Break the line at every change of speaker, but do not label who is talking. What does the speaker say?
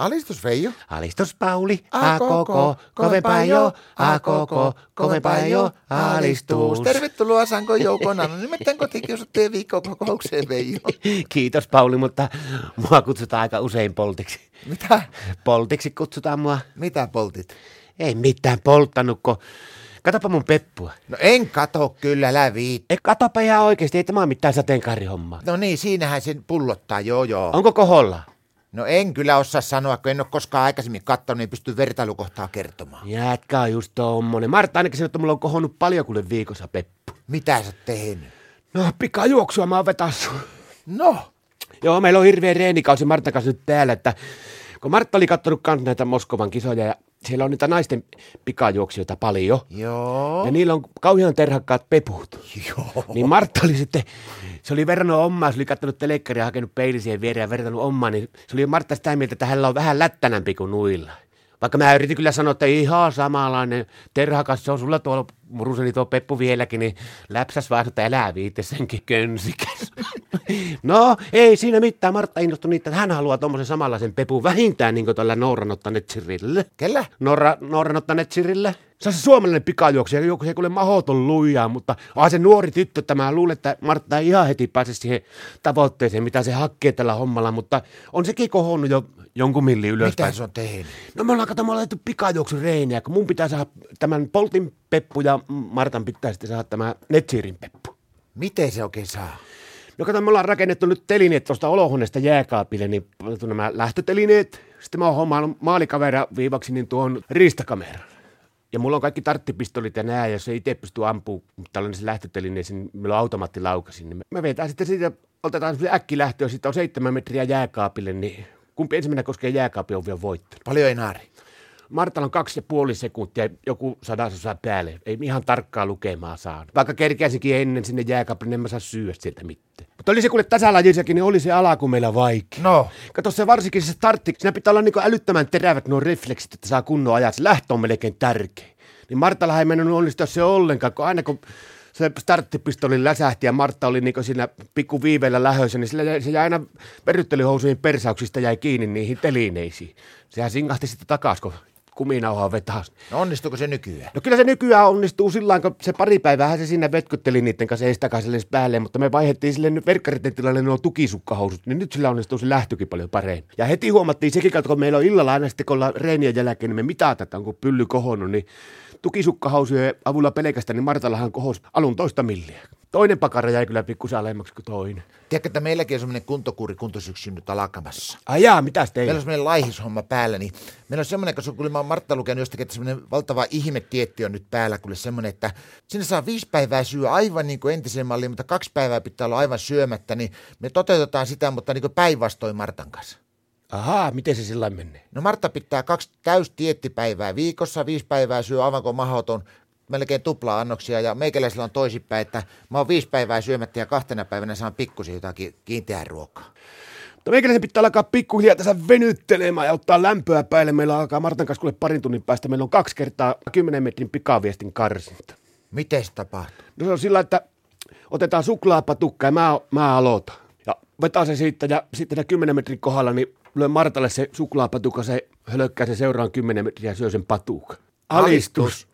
Alistus Veijo.
Alistus Pauli, a koko, kovempaa jo, a koko, kovempaa jo, alistus.
Tervetuloa Sanko Joukona, no nimittäin kotikiusattujen viikkokokoukseen Veijo.
Kiitos Pauli, mutta mua kutsutaan aika usein poltiksi.
Mitä?
Poltiksi kutsutaan mua.
Mitä poltit?
Ei mitään polttanut, kun... Katapa mun peppua.
No en kato kyllä lävi.
Ei, katapa ihan oikeesti, ei tämä ole mitään sateenkaarihommaa.
No niin, siinähän sen pullottaa, joo joo.
Onko koholla?
No en kyllä osaa sanoa, kun en ole koskaan aikaisemmin katsonut, niin pysty vertailukohtaa kertomaan.
Jätkä on just tommonen. Martta ainakin sanoi, että mulla on kohonnut paljon kuule viikossa peppu.
Mitä sä oot tehnyt?
No pikajuoksua mä oon vetassu.
No,
Joo, meillä on hirveä reenikausi Martta kanssa nyt täällä, että kun Martta oli kattonut kans näitä Moskovan kisoja ja siellä on niitä naisten pikajuoksijoita paljon.
joo.
Ja niillä on kauhean terhakkaat peput.
Joo.
Niin Martta oli sitten, se oli verrannut omaa, se oli kattonut telekkaria ja hakenut peilisiä siihen viereen ja verrannut omaa, niin se oli Martta sitä mieltä, että hänellä on vähän lättänämpi kuin nuilla. Vaikka mä yritin kyllä sanoa, että ihan samanlainen terhakas, se on sulla tuolla muruseni tuo Peppu vieläkin, niin läpsäs vaan, että älä viite senkin könsikäs. no, ei siinä mitään. Martta innostui niitä, että hän haluaa tuommoisen samanlaisen Pepun vähintään niin kuin tällä Nouranottanetsirille.
Kellä?
Norra, Norran ottaneet Sirille. Se on se suomalainen pikajuoksija, joku se kuule mahoton lujaa, mutta onhan se nuori tyttö tämä. Luulen, että Martta ei ihan heti pääse siihen tavoitteeseen, mitä se hakee tällä hommalla, mutta on sekin kohonnut jo jonkun milli
Mitä
ylöspäin.
se on tehnyt?
No me ollaan kato, me ollaan tehty pikajuoksureinejä, kun mun pitää saada tämän Poltin peppu ja Martan pitää sitten saada tämä Netsirin peppu.
Miten se oikein saa?
No kato, me ollaan rakennettu nyt telineet tuosta olohuoneesta jääkaapille, niin pantu nämä lähtötelineet. Sitten mä oon hommannut maalikavera viivaksi, niin tuon ristakameran. Ja mulla on kaikki tarttipistolit ja nää, ja jos ei itse pysty ampuu tällaisen lähtötelineeseen, niin meillä on automaattilaukasin. Niin me vetään sitten siitä, otetaan semmoinen äkkilähtö, ja sitten on seitsemän metriä jääkaapille, niin kumpi ensimmäinen koskee jääkaapia on vielä voittanut.
Paljon enaari.
Martalla on kaksi ja puoli sekuntia, joku sadasosa päälle. Ei ihan tarkkaa lukemaa saa. Vaikka kerkäisikin ennen sinne jääkaapille, niin en mä saa syödä sieltä mitään. Mutta oli se kuule tässä lajisakin, niin oli se ala kuin meillä vaikea.
No,
Kato se varsinkin se startti, siinä pitää olla niinku älyttömän terävät nuo refleksit, että saa kunnon ajat. Se lähtö on melkein tärkeä. Niin Martalla ei mennyt onnistua se ollenkaan, kun aina kun se starttipistoli läsähti ja Martta oli niinku siinä pikku viiveellä lähössä, niin sillä jäi- se jäi aina verryttelyhousujen persauksista jäi kiinni niihin telineisiin. Sehän singahti sitten takas, kun kuminauhaa vetäisi.
no onnistuuko se nykyään?
No kyllä se nykyään onnistuu sillä lailla, kun se pari päivää se siinä vetkutteli niiden kanssa ei takaisin edes päälle, mutta me vaihdettiin sille nyt verkkariten tilalle nuo tukisukkahousut, niin nyt sillä onnistuu se lähtökin paljon paremmin. Ja heti huomattiin sekin, kautta, kun meillä on illalla aina sitten, kun ollaan reenien jälkeen, niin me mitataan, että onko pylly kohonnut, niin tukisukkahousujen avulla pelkästään, niin Martallahan kohos alun toista milliä. Toinen pakara jäi kyllä pikkusen alemmaksi kuin toinen.
Tiedätkö, että meilläkin on semmoinen kuntokuuri kuntosyksy nyt alkamassa.
Ajaa, mitäs teillä?
Meillä on semmoinen laihishomma päällä, niin meillä on semmoinen, kun se- kun mä oon Martta lukenut jostakin, että semmoinen valtava ihmetietti on nyt päällä, kuule semmoinen, että sinne saa viisi päivää syö aivan niin kuin entiseen malliin, mutta kaksi päivää pitää olla aivan syömättä, niin me toteutetaan sitä, mutta niin kuin päinvastoin Martan kanssa.
Ahaa, miten se sillä lailla menee?
No Martta pitää kaksi täystiettipäivää viikossa, viisi päivää syö aivan kuin mahoton, melkein tupla annoksia ja meikäläisellä on toisinpäin, että mä oon viisi päivää syömättä ja kahtena päivänä saan pikkusen jotakin kiinteää ruokaa.
Mutta meikäläisen pitää alkaa pikkuhiljaa tässä venyttelemään ja ottaa lämpöä päälle. Meillä alkaa Martan kanssa kuule parin tunnin päästä. Meillä on kaksi kertaa 10 metrin pikaviestin karsinta.
Miten se tapahtuu?
No se on sillä, että otetaan suklaapatukka ja mä, mä aloitan. Ja vetää se siitä ja sitten ne 10 metrin kohdalla, niin lyön Martalle se suklaapatukka, se hölökkää se seuraan 10 metriä ja syö sen patukan. Alistus.